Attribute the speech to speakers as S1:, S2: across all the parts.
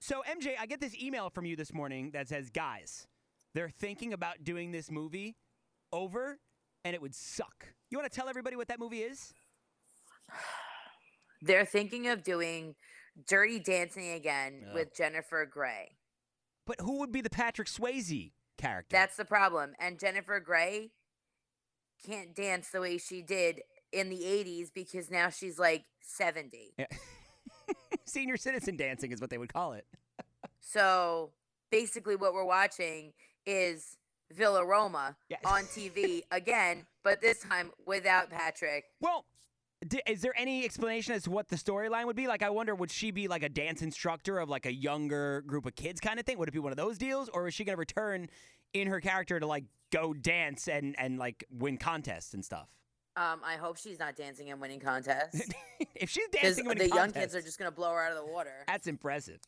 S1: So, MJ, I get this email from you this morning that says, guys, they're thinking about doing this movie over and it would suck. You want to tell everybody what that movie is?
S2: They're thinking of doing Dirty Dancing again
S1: Yeah.
S2: with Jennifer Grey.
S1: But who would be the Patrick Swayze character?
S2: That's the problem. And Jennifer Grey can't dance the way she did in the 80s because now she's like 70.
S1: senior citizen dancing, is what they would call it.
S2: So basically, what we're watching is Villa Roma
S1: Yeah.
S2: on TV again, but this time without Patrick.
S1: Well, d- is there any explanation as to what the storyline would be? Like, I wonder, would she be like a dance instructor of like a younger group of kids kind of thing? Would it be one of those deals, or is she going to return in her character to like go dance and and like win contests and stuff?
S2: Um, I hope she's not dancing and winning contests
S1: if she's
S2: because
S1: dancing,
S2: the
S1: and winning
S2: young
S1: contests,
S2: kids are just gonna blow her out of the water. Uh,
S1: That's impressive.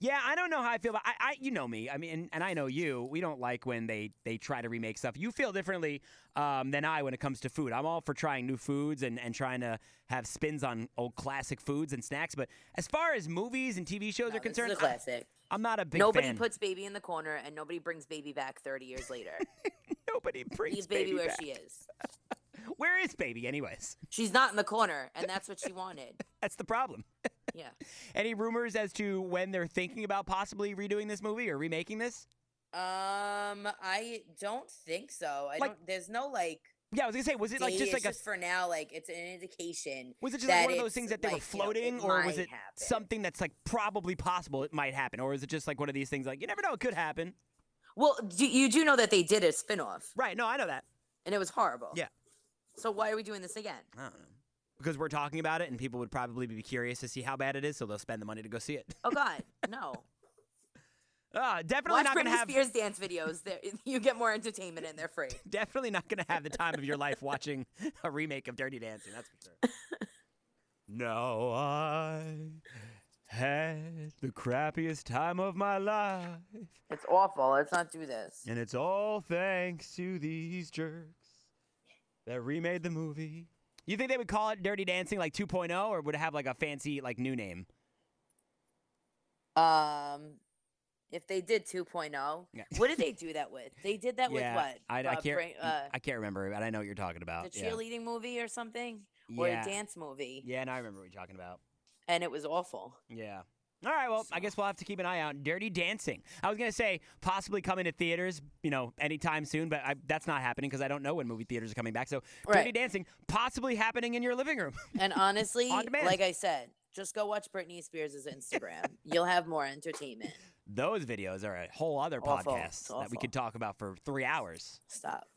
S1: Yeah, I don't know how I feel about I, I you know me. I mean and, I know you. We don't like when they they try to remake stuff. You feel differently um, than I when it comes to food. I'm all for trying new foods and, and trying to have spins on old classic foods and snacks, but as far as movies and TV shows are
S2: This is
S1: concerned,
S2: a classic.
S1: I, am not a big
S2: Nobody
S1: fan.
S2: puts baby in the corner, and nobody brings baby back 30 years later.
S1: Nobody brings
S2: Leave baby where
S1: back.
S2: she is.
S1: Where is baby anyways?
S2: She's not in the corner, and that's what she wanted.
S1: That's the problem.
S2: Yeah.
S1: Any rumors as to when they're thinking about possibly redoing this movie or remaking this?
S2: Um, I don't think so. I
S1: Like-
S2: don't. There's no like.
S1: Yeah, I was gonna say, was it like
S2: date.
S1: just like
S2: It's
S1: a
S2: just for now, like it's an indication.
S1: Was it just like one of those
S2: it's,
S1: things that they were
S2: like, you know, it
S1: floating, or was
S2: might
S1: it
S2: happen.
S1: something that's like probably possible it might happen, or is it just like one of these things like you never know it could happen?
S2: Well, do, you do know that they did a spinoff,
S1: Right? No, I know that.
S2: and it was horrible.
S1: Yeah.
S2: So why are we doing this again?
S1: I don't know because we're talking about it, and people would probably be curious to see how bad it is, so they'll spend the money to go see it.
S2: Oh God, no!
S1: Ah, definitely
S2: Watch
S1: not gonna
S2: Britney
S1: have.
S2: Spears dance videos. There, you get more entertainment, and they're free.
S1: Definitely not gonna have the time of your life watching a remake of Dirty Dancing. That's for sure. no, I had the crappiest time of my life.
S2: It's awful. Let's not do this.
S1: And it's all thanks to these jerks that remade the movie. You think they would call it Dirty Dancing like 2.0 or would it have like a fancy like new name?
S2: Um, if they did oh, 2.0,
S1: Yeah.
S2: what did they do that with? They did that with what?
S1: I, I
S2: Uh,
S1: can't
S2: bring- uh,
S1: I can't remember, but I know what you're talking
S2: the
S1: about. yeah.
S2: cheerleading movie or something, or
S1: Yeah.
S2: a dance movie,
S1: yeah, and I remember what you're talking about.
S2: and it was awful.
S1: Yeah. All right, well, I guess we'll have to keep an eye out. Dirty Dancing. I was going to say possibly coming to theaters, you know, anytime soon, but I, that's not happening because I don't know when movie theaters are coming back. So, Dirty
S2: Right.
S1: Dancing possibly happening in your living room.
S2: And honestly,
S1: On demand.
S2: like I said, just go watch Britney Spears' Instagram. You'll have more entertainment.
S1: Those videos are a whole other
S2: Awful.
S1: podcast
S2: It's
S1: that we
S2: awful.
S1: could talk about for three hours.
S2: Stop.